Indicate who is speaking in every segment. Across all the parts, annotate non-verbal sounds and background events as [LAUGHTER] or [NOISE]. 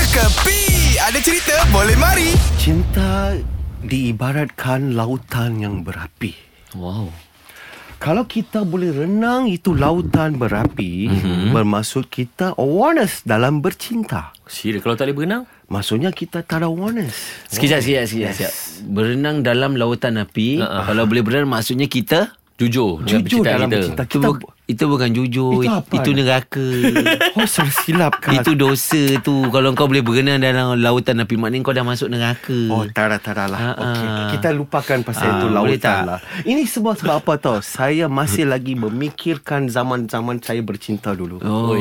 Speaker 1: Kepi Ada cerita boleh mari
Speaker 2: Cinta diibaratkan lautan yang berapi.
Speaker 3: Wow.
Speaker 2: Kalau kita boleh renang itu lautan berapi, mm-hmm. bermaksud kita awareness dalam bercinta.
Speaker 3: Serius kalau tak boleh berenang?
Speaker 2: Maksudnya kita tak ada awareness.
Speaker 4: Sekejap, sekejap, sekejap, sekejap. Berenang dalam lautan api.
Speaker 3: Ha, ha.
Speaker 4: Kalau boleh berenang maksudnya kita
Speaker 3: Jujur. dengan
Speaker 2: Jujur
Speaker 3: percintaan
Speaker 2: dalam
Speaker 3: kita.
Speaker 2: bercinta.
Speaker 4: itu,
Speaker 2: Kita-
Speaker 4: bu- itu bukan jujur.
Speaker 2: Itu
Speaker 4: Itu,
Speaker 2: apa?
Speaker 4: itu
Speaker 3: [LAUGHS]
Speaker 4: neraka.
Speaker 2: Oh, silap kan?
Speaker 4: itu dosa tu. Kalau kau boleh berenang dalam lautan api maknanya kau dah masuk neraka.
Speaker 2: Oh, tara tara lah.
Speaker 4: Ah,
Speaker 2: Okey,
Speaker 4: ah.
Speaker 2: kita lupakan pasal
Speaker 4: Ah,
Speaker 2: itu lautan
Speaker 4: boleh tak?
Speaker 2: lah. Ini sebab sebab apa tau? Saya masih
Speaker 4: [LAUGHS]
Speaker 2: lagi memikirkan zaman-zaman saya bercinta dulu.
Speaker 4: Oh.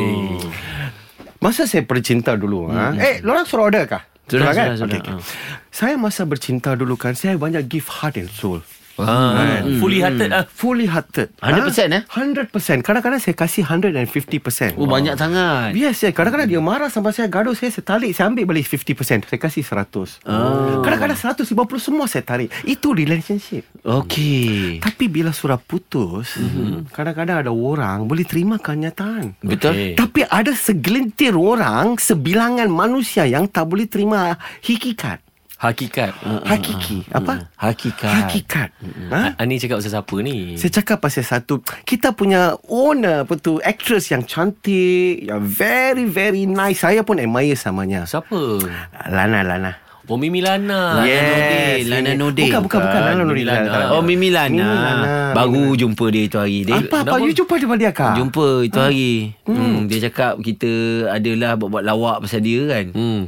Speaker 2: Masa saya bercinta dulu hmm. ha? Eh, lorang suruh order kah? Sudah
Speaker 4: Sudah,
Speaker 2: kan?
Speaker 4: sudah, Oh. sudah.
Speaker 2: Okey, okey. Saya masa bercinta dulu kan Saya banyak give heart and soul
Speaker 4: kan?
Speaker 3: Ah,
Speaker 4: Hmm.
Speaker 3: fully hearted ah.
Speaker 2: Fully hearted
Speaker 4: 100% eh?
Speaker 2: 100% Kadang-kadang saya kasih 150%
Speaker 4: Oh, banyak sangat.
Speaker 2: Bias saya Kadang-kadang dia marah sama saya Gaduh saya Saya tarik Saya ambil balik 50% Saya kasih 100 oh. Kadang-kadang 150 semua saya tarik Itu relationship
Speaker 4: Okey.
Speaker 2: Tapi bila surah putus mm-hmm. Kadang-kadang ada orang Boleh terima kenyataan
Speaker 4: Betul.
Speaker 3: Okey.
Speaker 2: Tapi ada segelintir orang Sebilangan manusia Yang tak boleh terima Hakikat
Speaker 3: Hakikat.
Speaker 4: Ah,
Speaker 2: Hakiki Apa?
Speaker 4: Hmm. Hakikat. Ah,
Speaker 2: Hakikat ha?
Speaker 3: Ha? Ani cakap pasal siapa ni?
Speaker 2: Saya cakap pasal satu Kita punya owner apa tu Actress yang cantik Yang very very nice Saya pun admire samanya
Speaker 3: Siapa?
Speaker 2: Lana Lana
Speaker 3: Oh Mimi Lana.
Speaker 4: Lana Nordin,
Speaker 2: Yes,
Speaker 4: Lana
Speaker 2: ini.
Speaker 4: Nordin.
Speaker 2: Bukan bukan bukan Lana
Speaker 3: Mimi
Speaker 2: Nordin
Speaker 3: Lana.
Speaker 2: tak, tak.
Speaker 4: Oh, Mimi Lana.
Speaker 2: Mimi Lana.
Speaker 4: Baru jumpa dia itu hari. Dia,
Speaker 2: Apa apa
Speaker 3: Kenapa?
Speaker 2: You jumpa dia dia kah?
Speaker 4: Jumpa itu hari. Hmm. Dia cakap kita adalah buat-buat lawak pasal dia kan.
Speaker 3: Hmm.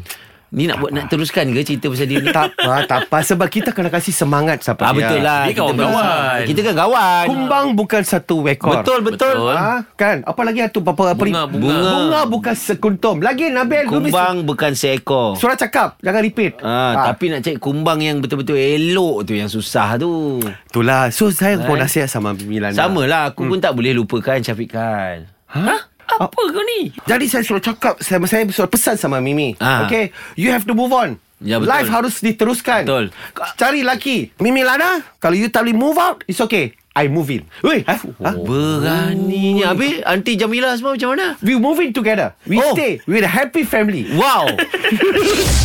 Speaker 4: Ni nak buat nak teruskan ke cerita pasal dia ni?
Speaker 2: Tak apa tak apa Sebab kita kena kasih semangat Siapa
Speaker 4: Ah betul lah.
Speaker 3: Dia kawan
Speaker 4: berasa-
Speaker 3: kawan.
Speaker 4: Kita kan kawan.
Speaker 2: Kumbang bukan satu wekor
Speaker 4: Betul betul.
Speaker 3: Betul.
Speaker 2: ha? Kan Apa lagi tu Apa, apa
Speaker 3: Bunga, bunga.
Speaker 2: bunga bukan sekuntum Lagi Nabil you mesti-
Speaker 4: Kumbang bukan seekor.
Speaker 2: Surah cakap Jangan repeat
Speaker 4: Ah,
Speaker 2: Ah.
Speaker 4: tapi nak cari kumbang yang betul-betul elok tu yang susah tu.
Speaker 2: Itulah So saya pun nasihat sama Mimi Lana
Speaker 4: Sama lah aku
Speaker 2: Hmm.
Speaker 4: pun tak boleh lupakan Syafiq Khan.
Speaker 2: Ha?
Speaker 3: Apa kau ni?
Speaker 2: Jadi saya suruh cakap Saya, saya suruh pesan sama Mimi
Speaker 4: Ah.
Speaker 2: Okay You have to move on
Speaker 4: Ya, betul.
Speaker 2: Life harus diteruskan
Speaker 4: Betul.
Speaker 2: Cari laki Mimi Lana Kalau you tak boleh move out It's okay I move in Weh I, ha?
Speaker 4: Beraninya Habis Aunty Jamila semua macam mana?
Speaker 2: We move in together We
Speaker 4: Oh.
Speaker 2: stay We're a happy family
Speaker 4: [LAUGHS] Wow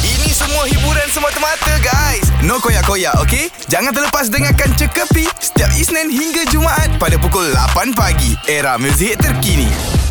Speaker 1: Ini semua hiburan semata-mata guys No koyak-koyak ok Jangan terlepas dengarkan Cekapi Setiap Isnin hingga Jumaat Pada pukul 8 pagi Era muzik terkini